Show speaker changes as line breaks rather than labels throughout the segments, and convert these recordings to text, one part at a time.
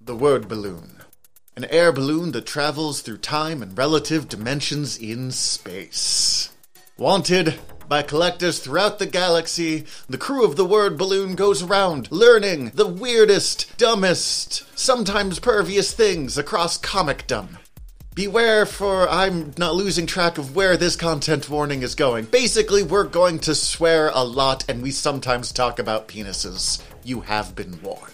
the word balloon. An air balloon that travels through time and relative dimensions in space. Wanted by collectors throughout the galaxy, the crew of the word balloon goes around learning the weirdest, dumbest, sometimes pervious things across comicdom. Beware for I'm not losing track of where this content warning is going. Basically, we're going to swear a lot and we sometimes talk about penises. You have been warned.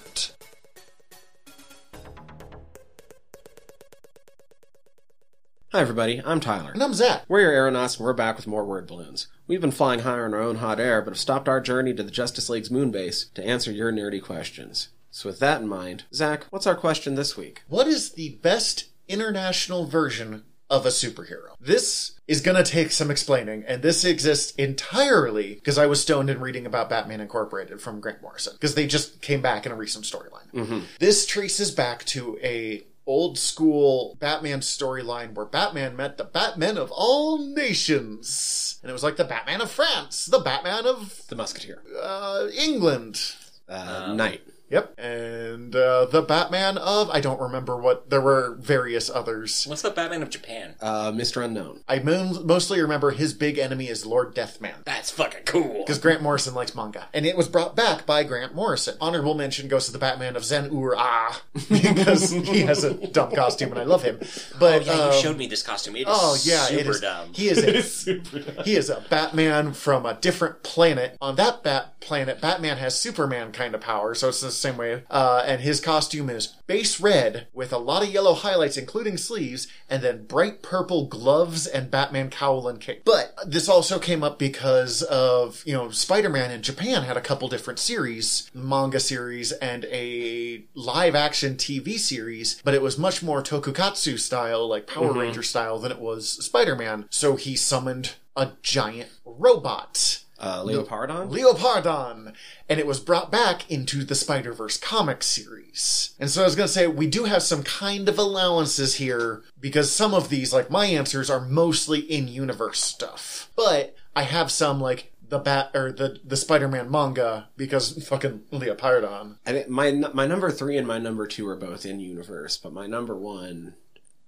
Hi, everybody. I'm Tyler.
And I'm Zach.
We're your aeronauts, and we're back with more word balloons. We've been flying higher in our own hot air, but have stopped our journey to the Justice League's moon base to answer your nerdy questions. So, with that in mind, Zach, what's our question this week?
What is the best international version of a superhero? This is going to take some explaining, and this exists entirely because I was stoned in reading about Batman Incorporated from Grant Morrison because they just came back in a recent storyline. This traces back to a old school Batman storyline where Batman met the Batman of all nations, and it was like the Batman of France, the Batman of
The Musketeer.
uh, England,
Uh, Knight.
Yep. And uh, the Batman of, I don't remember what, there were various others.
What's the Batman of Japan?
Uh, Mr. Unknown.
I mon- mostly remember his big enemy is Lord Deathman.
That's fucking cool.
Because Grant Morrison likes manga. And it was brought back by Grant Morrison. Honorable mention goes to the Batman of Zen Ur Ah. Because he has a dumb costume and I love him. But,
Oh, yeah,
um,
you showed me this costume. It is
oh, yeah,
super
it is.
dumb.
He is a he is a Batman from a different planet. On that bat planet, Batman has Superman kind of power, so it's the same way. Uh, and his costume is base red with a lot of yellow highlights, including sleeves, and then bright purple gloves and Batman cowl and cape. But this also came up because of you know Spider-Man in Japan had a couple different series, manga series, and a live-action TV series, but it was much more tokukatsu style, like Power Ranger style, than it was Spider-Man. So he summoned a giant robot,
Uh, Leopardon.
Leopardon, and it was brought back into the Spider Verse comic series. And so I was going to say, we do have some kind of allowances here because some of these, like my answers, are mostly in universe stuff. But I have some, like, the bat or the the Spider-Man manga because fucking Leopardon.
I think my nu- my number three and my number two are both in universe, but my number one,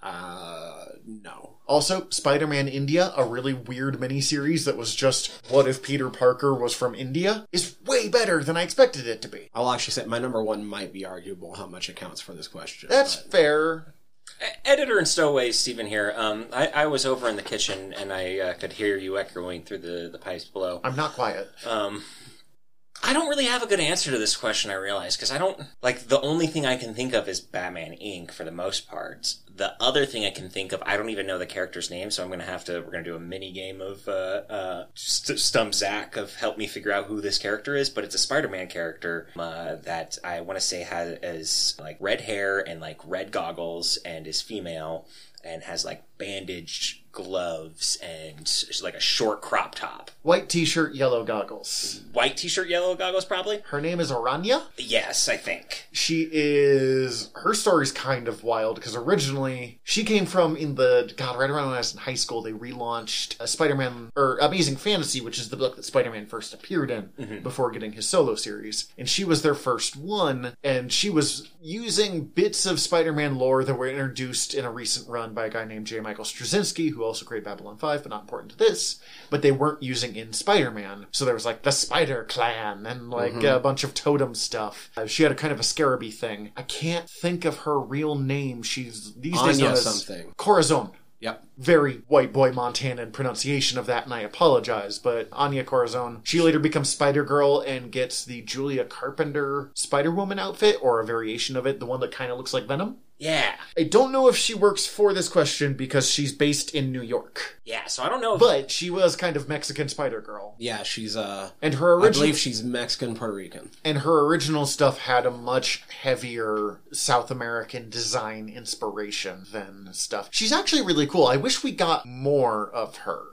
uh, no.
Also, Spider-Man India, a really weird miniseries that was just what if Peter Parker was from India, is way better than I expected it to be.
I'll actually say my number one might be arguable how much it counts for this question.
That's
but-
fair.
E- Editor and stowaway Stephen here. Um, I, I was over in the kitchen and I uh, could hear you echoing through the, the pipes below.
I'm not quiet.
Um, I don't really have a good answer to this question. I realize because I don't like the only thing I can think of is Batman Inc. For the most part, the other thing I can think of, I don't even know the character's name, so I'm gonna have to. We're gonna do a mini game of uh, uh, st- Stump Zach of help me figure out who this character is. But it's a Spider-Man character uh, that I want to say has is, like red hair and like red goggles and is female and has like bandaged gloves and like a short crop top
White t-shirt, yellow goggles.
white t-shirt, yellow goggles, probably.
Her name is Aranya.
Yes, I think.
She is her story's kind of wild because originally she came from in the god right around when I was in high school they relaunched uh, Spider-Man or Amazing Fantasy, which is the book that Spider-Man first appeared in before getting his solo series, and she was their first one, and she was using bits of Spider-Man lore that were introduced in a recent run by a guy named J. Michael Straczynski, who also created Babylon Five, but not important to this. But they weren't using in Spider-Man, so there was like the Spider Clan and like
Mm-hmm.
a bunch of totem stuff. Uh, she had a kind of a scarabee thing. I can't think of her real name. She's these days
Anya
known as
something.
Corazon.
Yep.
Very white boy Montanan pronunciation of that, and I apologize, but Anya Corazon. She later becomes Spider Girl and gets the Julia Carpenter Spider Woman outfit, or a variation of it, the one that kind of looks like Venom.
Yeah,
I don't know if she works for this question because she's based in New York,
yeah. So I don't know. If,
but she was kind of Mexican Spider Girl.
Yeah, she's uh,
And her
I
original
believe she's Mexican Puerto Rican.
and her original stuff had a much heavier South American design inspiration than stuff. She's actually really cool. I wish we got more of her.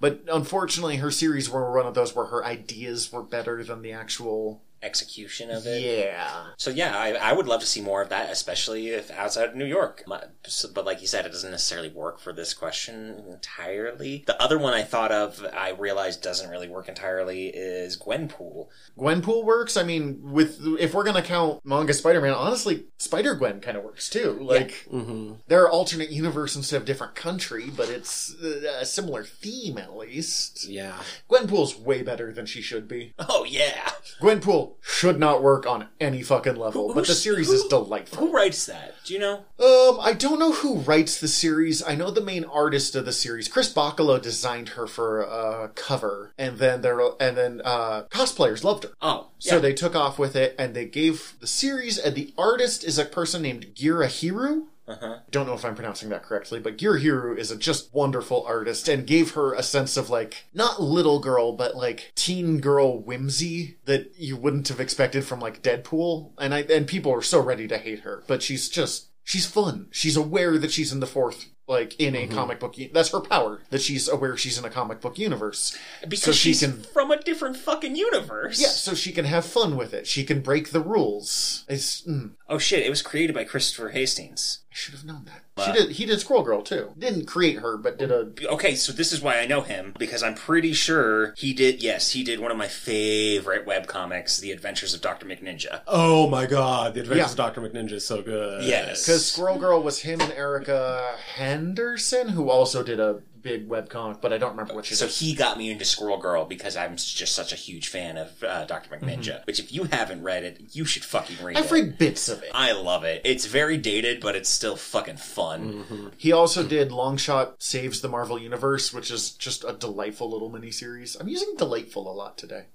But unfortunately, her series were one of those where her ideas were better than the actual
execution of it.
Yeah.
So yeah, I, I would love to see more of that, especially if outside of New York. My- so- But like you said, it doesn't necessarily work for this question entirely. The other one I thought of, I realized doesn't really work entirely, is Gwenpool.
Gwenpool works. I mean, with if we're gonna count manga Spider-Man, honestly, Spider Gwen kind of works too. Like
Mm-hmm.
there are alternate universe instead of different country, but it's uh, a similar theme at least.
Yeah.
Gwenpool's way better than she should be.
Oh yeah,
Gwenpool should not work on any fucking level,
Who-
but the
who's-
series
who-
is delightful.
who writes that? Do you know?
Um, I don't know who writes the series. I know the main artist of the series, Chris Boccolo, designed her for a cover, and then there and then uh, cosplayers loved her.
Oh, yeah.
So they took off with it, and they gave the series, and the artist is a person named Girahiru.
Uh-huh.
Don't know if I'm pronouncing that correctly, but Girahiru is a just wonderful artist, and gave her a sense of like not little girl, but like teen girl whimsy that you wouldn't have expected from like Deadpool. And I and people are so ready to hate her, but she's just she's fun. She's aware that she's in the fourth. Like in
Mm-hmm.
a comic book, u- that's her power. That she's aware she's in a comic book universe.
Because
so she
she's
can-
from a different fucking universe.
Yeah, so she can have fun with it. She can break the rules. It's, mm,
Oh shit! It was created by Christopher Hastings.
I should have known that. She did. He did Squirrel Girl too. Didn't create her, but did a.
Okay, so this is why I know him because I'm pretty sure he did. Yes, he did one of my favorite webcomics, The Adventures of Doctor McNinja.
Oh my god, The Adventures
Yeah.
of Dr. McNinja is so good.
Yes.
Because Squirrel Girl was him and Erica Henderson, who also did a big webcomic, but I don't remember what she
So
did.
he got me into Squirrel Girl because I'm s- just such a huge fan of uh, Dr. McNinja. Which, if you haven't read it, you should fucking read
I've
it.
read bits of it.
I love it. It's very dated, but it's still fucking fun.
He also did Longshot Saves the Marvel Universe, which is just a delightful little miniseries. I'm using delightful a lot today.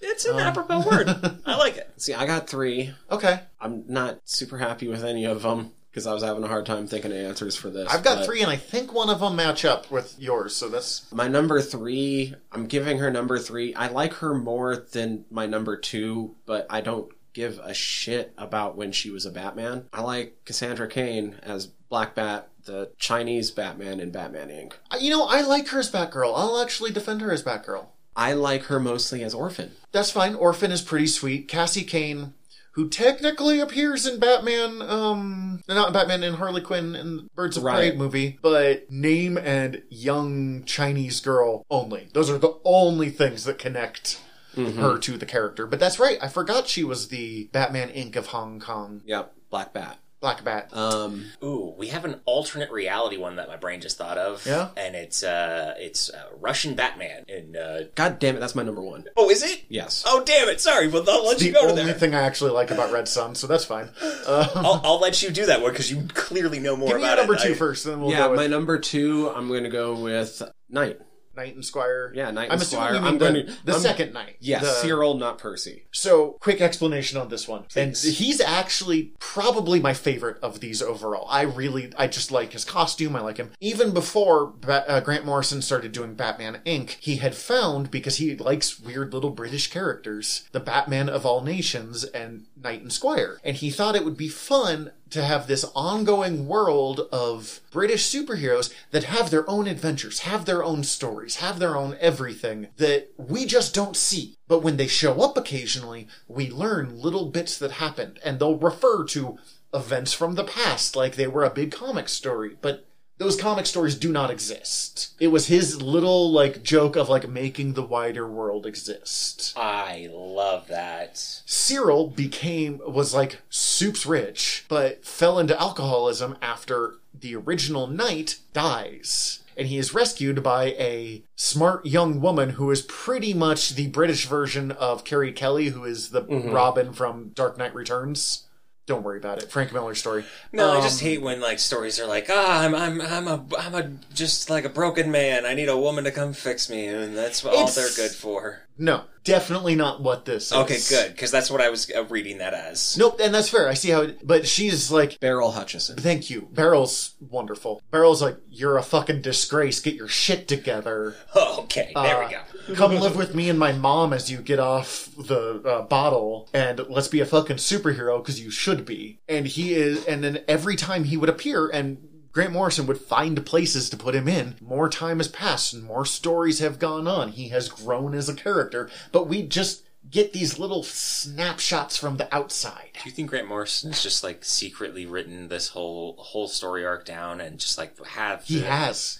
It's an apropos word. I like it.
See, I got three.
Okay.
I'm not super happy with any of them because I was having a hard time thinking of answers for this.
I've got
but
three, and I think one of them match up with yours, so that's.
My number three, I'm giving her number three. I like her more than my number two, but I don't give a shit about when she was a Batman. I like Cassandra Kane as Black Bat, the Chinese Batman in Batman Inc.
You know, I like her as Batgirl. I'll actually defend her as Batgirl.
I like her mostly as Orphan.
that's fine. Orphan is pretty sweet. Cassie Kane, who technically appears in Batman, um, not in Batman in Harley Quinn and Birds of
Right.
Prey movie, but name and young Chinese girl only. Those are the only things that connect
Mm-hmm.
her to the character. But that's right. I forgot she was the Batman Inc. of Hong Kong.
Yep, Black Bat.
Black Bat.
Um,
Ooh, we have an alternate reality one that my brain just thought of.
Yeah?
And it's uh, it's uh, Russian Batman. And uh,
God damn it, that's my number one.
oh, is it?
Yes.
Oh, damn it! Sorry, but I'll let you
the
go to
only
there.
thing I actually like about Red Sun, so that's fine. Uh,
I'll, I'll let you do that one because you clearly know more
give me your
about
number
it.
two
I-
first, then we'll
yeah,
go with
my number two, I'm going to go with Knight.
Knight and Squire.
Yeah, Knight
I'm
and
assuming
Squire.
you mean
I'm
the,
gonna-
the
I'm-
second Knight.
Yes,
The-
Cyril, not Percy.
So, quick explanation on this one. And
Please.
he's actually probably my favorite of these overall. I really, I just like his costume. I like him. Even before ba- uh, Grant Morrison started doing Batman Inc., he had found, because he likes weird little British characters, the Batman of all nations and Knight and Squire. And he thought it would be fun to have this ongoing world of British superheroes that have their own adventures, have their own stories, have their own everything that we just don't see. But when they show up occasionally, we learn little bits that happened, and they'll refer to events from the past like they were a big comic story, but those comic stories do not exist. It was his little like joke of like making the wider world exist.
I love that.
Cyril became was like soups rich, but fell into alcoholism after the original knight dies. And he is rescued by a smart young woman who is pretty much the British version of Carrie Kelly, who is the
Mm-hmm.
Robin from Dark Knight Returns. Don't worry about it. Frank Miller's story.
No, I
Um,
just hate when like stories are like, ah, I'm I'm I'm a I'm a just like a broken man. I need a woman to come fix me, and that's all
It's-
they're good for.
No, definitely not what this is.
Okay, good, because that's what I was uh, reading that as.
Nope, and that's fair. I see how it, but she's like
Beryl Hutchison.
Thank you. Beryl's wonderful. Beryl's like, you're a fucking disgrace. Get your shit together.
okay, there we
Uh,
go.
Come live with me and my mom as you get off the uh, bottle, and let's be a fucking superhero because you should be. And he is, and then every time he would appear, and Grant Morrison would find places to put him in. More time has passed, and more stories have gone on. He has grown as a character, but we just get these little snapshots from the outside.
Do you think Grant Morrison has just like secretly written this whole whole story arc down and just like have
He
the-
has.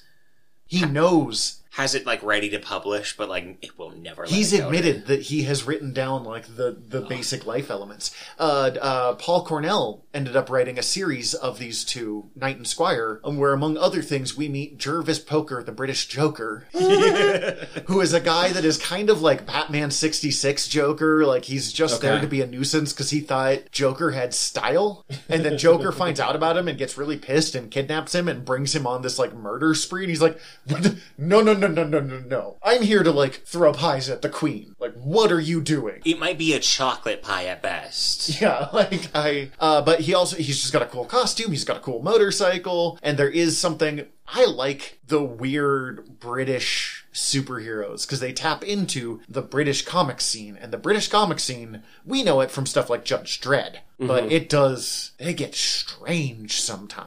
He knows.
has it like ready to publish, but like it will never. let
He's
it go to-
admitted that he has written down like the the basic life elements. Uh, uh, Paul Cornell ended up writing a series of these two, Knight and Squire, um, where among other things we meet Jervis Poker, the British Joker, who is a guy that is kind of like Batman sixty six Joker. Like he's just there
Okay.
to be a nuisance because he thought Joker had style, and then Joker finds out about him and gets really pissed and kidnaps him and brings him on this like murder spree. And he's like, "No, no, no, no, no, no, no! I'm here to like throw pies at the Queen. Like, what are you doing?"
It might be a chocolate pie at best.
Yeah, like I. Uh, but he also he's just got a cool costume. He's got a cool motorcycle, and there is something I like the weird British superheroes because they tap into the British comic scene, and the British comic scene we know it from stuff like Judge Dredd,
Mm-hmm.
but it does they get strange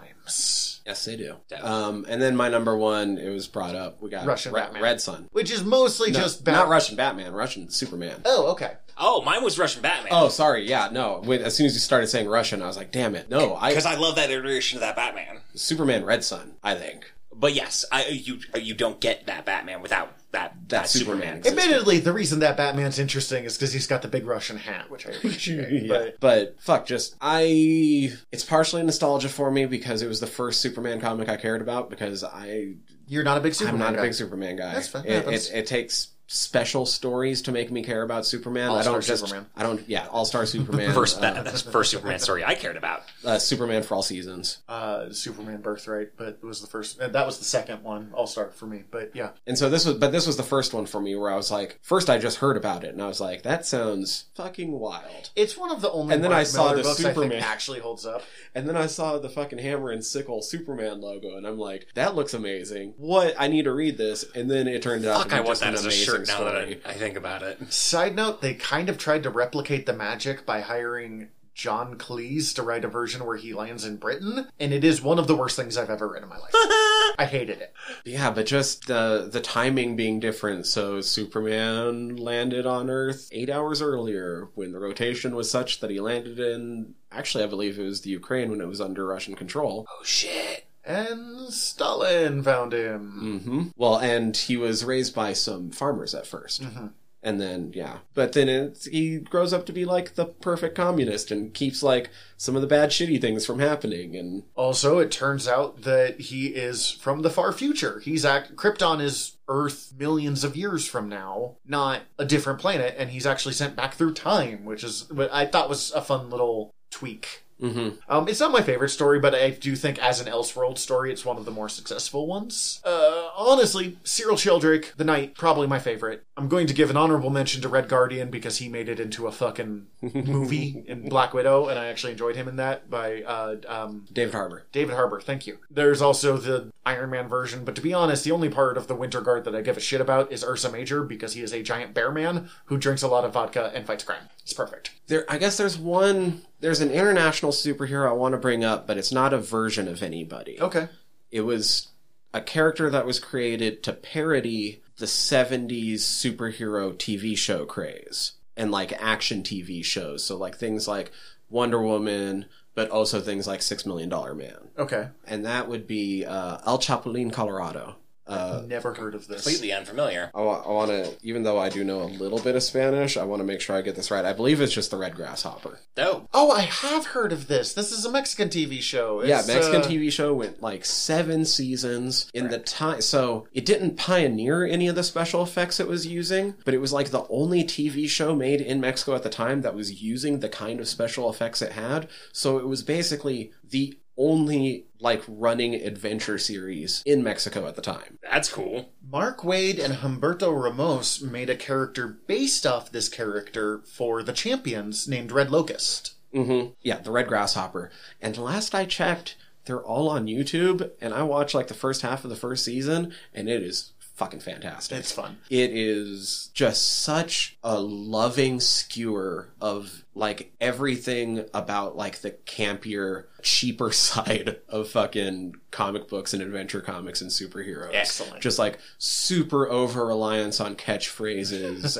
sometimes.
Yes, they do.
Definitely.
Um, and then my number one, it was brought up. We got
Russian
Re-
Batman.
Red Sun.
Which is mostly
No,
just
not
Bat-
Russian Batman, Russian Superman.
Oh, okay.
Oh, mine was Russian Batman.
Oh, sorry. Yeah, no. When, as soon as you started saying Russian, I was like, damn it. No, I
because I love that iteration of that Batman.
Superman Red Sun. I think
But yes, I you you don't get that Batman without that that, Superman.
Superman.
Admittedly, the reason that Batman's interesting is because he's got the big Russian hat, which I appreciate.
Yeah.
But
But fuck, just I. It's partially nostalgia for me because it was the first Superman comic I cared about because I
you're not a big
Oh
Superman.
I'm not a
guy.
big Superman guy.
That's fine.
It,
Yeah,
it-
that's-
it, takes special stories to make me care about Superman. I
All-Star
don't just
Superman.
I don't yeah All Star Superman
First,
uh,
Bat- that's the first Superman story I cared about.
uh, Superman for all seasons.
uh, Superman Birthright, but it was the first. And that was the second one, All Star for me. But yeah,
And so this was, but this was the first one for me where I was like, first I just heard about it and I was like, that sounds fucking wild.
it's one of the only.
And then
Mark
I saw
Miller
the
books I
Superman.
think actually holds up.
And then I saw the fucking hammer and sickle Superman logo and I'm like, that looks amazing. What? I need to read this. And then it turned out to
Fuck,
be
I want
just
that
an
as a
amazing
shirt now that I,
story.
I think about it.
Side note: They kind of tried to replicate the magic by hiring John Cleese to write a version where he lands in Britain, and it is one of the worst things I've ever read in my life. I hated it.
Yeah, but just the the timing being different. So Superman landed on Earth eight hours earlier when the rotation was such that he landed in. Actually, I believe it was the Ukraine when it was under Russian control.
Oh shit!
And Stalin found him.
Mm-hmm. Well, and he was raised by some farmers at 1st And then, yeah. But then it's, he grows up to be like the perfect communist and keeps like some of the bad, shitty things from happening. And
Also, it turns out that he is from the far future. He's act Krypton is Earth millions of years from now, not a different planet, and he's actually sent back through time, which is what I thought was a fun little tweak.
Mhm.
Um, it's not my favorite story, but I do think as an Elseworld story, it's one of the more successful ones. Uh, honestly, Cyril Sheldrick, the Knight, probably my favorite. I'm going to give an honorable mention to Red Guardian because he made it into a fucking movie in Black Widow, and I actually enjoyed him in that by uh, um,
David Harbour.
David Harbour, thank you. There's also the Iron Man version, but to be honest, the only part of the Winter Guard that I give a shit about is Ursa Major because he is a giant bear man who drinks a lot of vodka and fights crime. It's perfect.
There, I guess there's one. There's an international superhero I want to bring up, but it's not a version of anybody.
Okay.
It was a character that was created to parody the 70s superhero TV show craze and like action TV shows. So, like things like Wonder Woman, but also things like Six Million Dollar Man.
Okay.
And that would be uh, El Chapulín, Colorado. Uh,
Never heard of this.
Completely unfamiliar.
I, wa- I want to, even though I do know a little bit of Spanish, I want to make sure I get this right. I believe it's just the Red Grasshopper.
Dope.
Oh, I have heard of this. This is a Mexican TV show.
Yeah,
It's,
Mexican
uh,
TV show went like seven seasons in the time. So it didn't pioneer any of the special effects it was using, but it was like the only TV show made in Mexico at the time that was using the kind of special effects it had. So it was basically the only like running adventure series in Mexico at the time.
That's cool.
Mark Wade and Humberto Ramos made a character based off this character for the Champions named Red Locust.
Mm-hmm. Yeah, the Red Grasshopper. And last I checked, they're all on YouTube, and I watched like the first half of the first season, and it is fucking fantastic.
It's fun.
It is just such a loving skewer of like everything about like the campier, cheaper side of fucking comic books and adventure comics and superheroes.
Excellent.
Just like super over reliance on catchphrases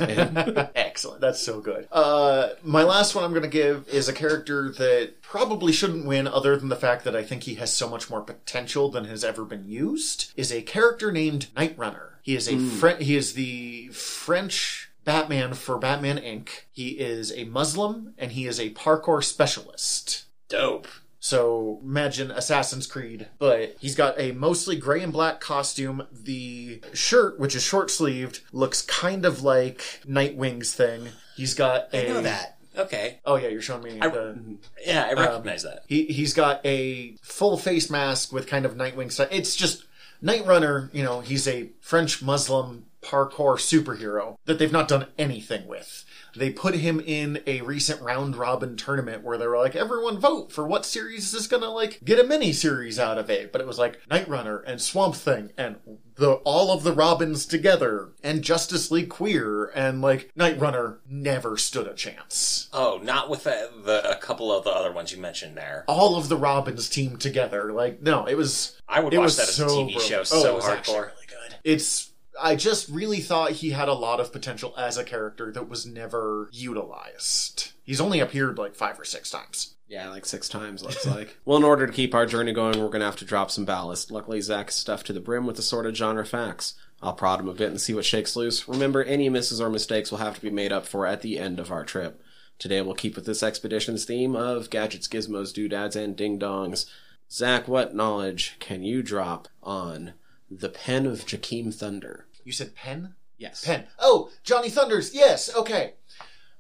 and
Excellent. That's so good. Uh, my last one I'm going to give is a character that probably shouldn't win, other than the fact that I think he has so much more potential than has ever been used. Is a character named Night Runner. He is a French. He is the French Batman for Batman Inc. He is a Muslim and he is a parkour specialist.
Dope.
So imagine Assassin's Creed, but he's got a mostly gray and black costume. The shirt, which is short sleeved, looks kind of like Nightwing's thing. He's got a
I know that. Okay.
Oh yeah, you're showing me
I-
the.
Yeah, I recognize that.
He he's got a full face mask with kind of Nightwing style. It's just Night Runner. You know, he's a French Muslim parkour superhero that they've not done anything with. They put him in a recent round robin tournament where they were like, everyone vote for what series is gonna like get a mini series out of it. But it was like Night Runner and Swamp Thing and the all of the Robins together and Justice League Queer and like Night Runner never stood a chance.
Oh, not with the, the, a couple of the other ones you mentioned there.
all of the Robins team together. Like, no, it was.
I would
it
watch
was
that as a
so
TV
brutal.
show
Oh,
so
it was actually
hardcore.
really good. It's. I just really thought he had a lot of potential as a character that was never utilized. He's only appeared like five or six times.
Yeah, like six times, looks like. well, in order to keep our journey going, we're going to have to drop some ballast. Luckily, Zach's stuffed to the brim with assorted genre facts. I'll prod him a bit and see what shakes loose. Remember, any misses or mistakes will have to be made up for at the end of our trip. Today, we'll keep with this expedition's theme of gadgets, gizmos, doodads, and ding dongs. Zach, what knowledge can you drop on the pen of Jakeem Thunder?
You said Penn?
Yes.
Penn. Oh, Johnny Thunders. Yes. Okay.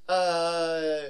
Uh,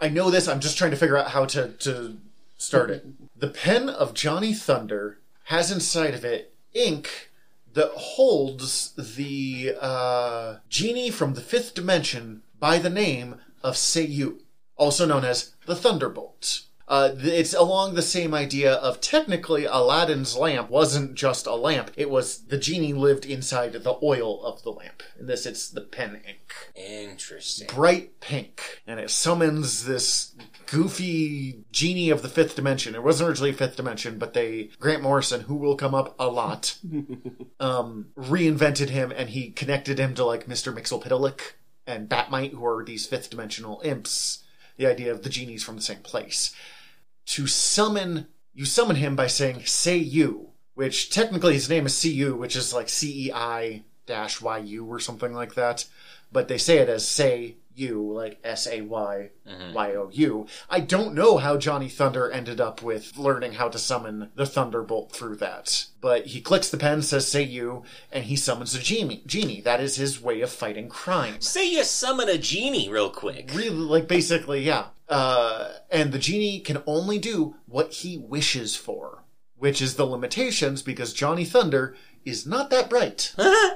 I know this. I'm just trying to figure out how to, to start it. The pen of Johnny Thunder has inside of it ink that holds the uh, genie from the fifth dimension by the name of Seiyu, also known as the Thunderbolt. Uh, th- it's along the same idea of technically Aladdin's lamp wasn't just a lamp. It was the genie lived inside the oil of the lamp. In this, it's the pen ink
Interesting.
bright pink, and it summons this goofy genie of the fifth dimension. It wasn't originally fifth dimension, but they Grant Morrison, who will come up a lot, um, reinvented him, and he connected him to like Mister Mixelpiddalic and Batmite, who are these fifth dimensional imps. The idea of the genies from the same place. To summon, you summon him by saying "Say you," which technically his name is "Cu," which is like C E I dash Y U or something like that but they say it as say you like S A Y Y O U. I don't know how Johnny Thunder ended up with learning how to summon the Thunderbolt through that, but he clicks the pen, says say you, and he summons a genie. Genie, that is his way of fighting crime.
Say you summon a genie real quick.
Really, like basically, yeah. Uh, and the genie can only do what he wishes for, which is the limitations because Johnny Thunder is not that bright.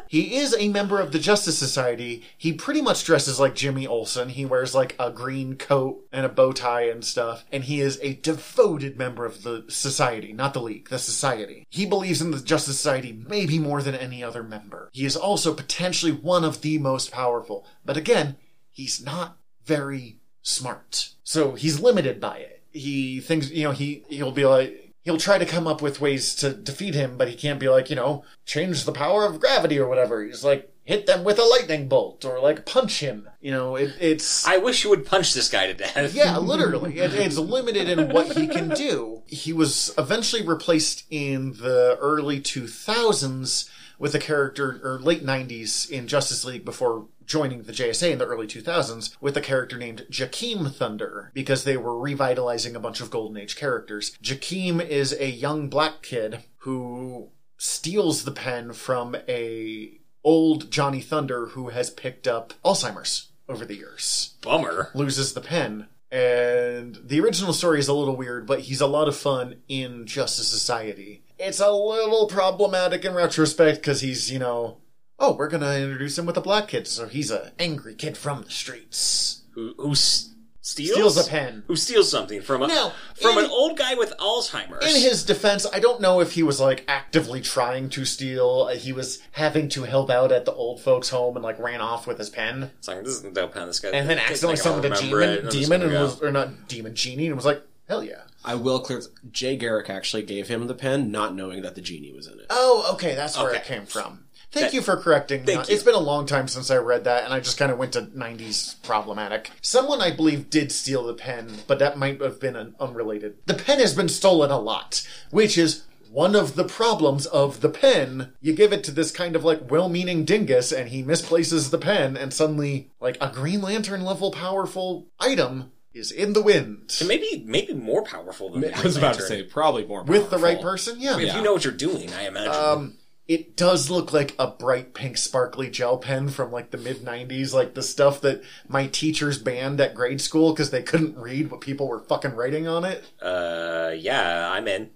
he is a member of the Justice Society. He pretty much dresses like Jimmy Olsen. He wears like a green coat and a bow tie and stuff. And he is a devoted member of the society, not the league, the society. He believes in the Justice Society maybe more than any other member. He is also potentially one of the most powerful. But again, he's not very smart. So he's limited by it. He thinks, you know, he he'll be like he'll try to come up with ways to defeat him, but he can't be like, you know, change the power of gravity or whatever. He's like hit them with a lightning bolt or like punch him. You know, it, it's
I wish you would punch this guy to death.
yeah, literally. It, it's limited in what he can do. He was eventually replaced in the early 2000s with a character, or late 90s in Justice League before joining the JSA in the early 2000s with a character named Jakeem Thunder because they were revitalizing a bunch of Golden Age characters. Jakeem is a young black kid who steals the pen from a old Johnny Thunder who has picked up Alzheimer's over the years
Bummer.
loses the pen. And the original story is a little weird, but he's a lot of fun in Justice Society. It's a little problematic in retrospect because he's, you know, oh, we're gonna introduce him with a black kid, so he's a angry kid from the streets.
Who, who s- steals,
Steals a pen.
Who steals something from a
Now,
from
in-
an old guy with Alzheimer's?
In his defense, I don't know if he was like actively trying to steal. He was having to help out at the old folks' home and like ran off with his pen,
it's like this is no pen. This guy
and then
this
accidentally
thing, I'll
summoned a
remember
demon,
it,
demon,
I'm just gonna
and
go.
was or not demon genie, and was like, hell yeah.
I will clear. Jay Garrick actually gave him the pen, not knowing that the genie was in it.
Oh, okay, that's where it
Okay.
came from. Thank
That-
you for correcting. me.
Thank you.
It's been a long time since I read that, and I just kind of went to '90s problematic. Someone, I believe, did steal the pen, but that might have been an unrelated. The pen has been stolen a lot, which is one of the problems of the pen. You give it to this kind of like well-meaning dingus, and he misplaces the pen, and suddenly, like a Green Lantern level powerful item is in the wind
oh. Maybe maybe more powerful than the
I was
Green
about to
Lantern.
say probably more
with the right
powerful.
person. Yeah,
If you know what you're doing, I imagine.
Um, it does look like a bright pink sparkly gel pen from like the mid 90s, like the stuff that my teachers banned at grade school because they couldn't read what people were fucking writing on it.
uh, yeah, I'm in.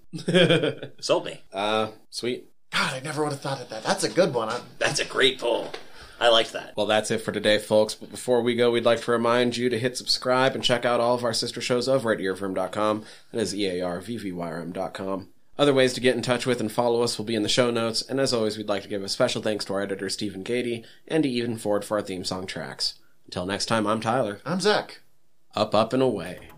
Sold me.
Uh, sweet.
God, I never would have thought of that. That's a good one. I-
That's a great pull. I liked that.
Well, that's it for today, folks. But before we go, we'd like to remind you to hit subscribe and check out all of our sister shows over at earworm.com. That is E E-A-R-V-V-Y-R-M.com. Other ways to get in touch with and follow us will be in the show notes. And as always, we'd like to give a special thanks to our editor, Stephen Gady, and to Eden Ford for our theme song tracks. Until next time, I'm Tyler.
I'm Zach.
Up, up, and away.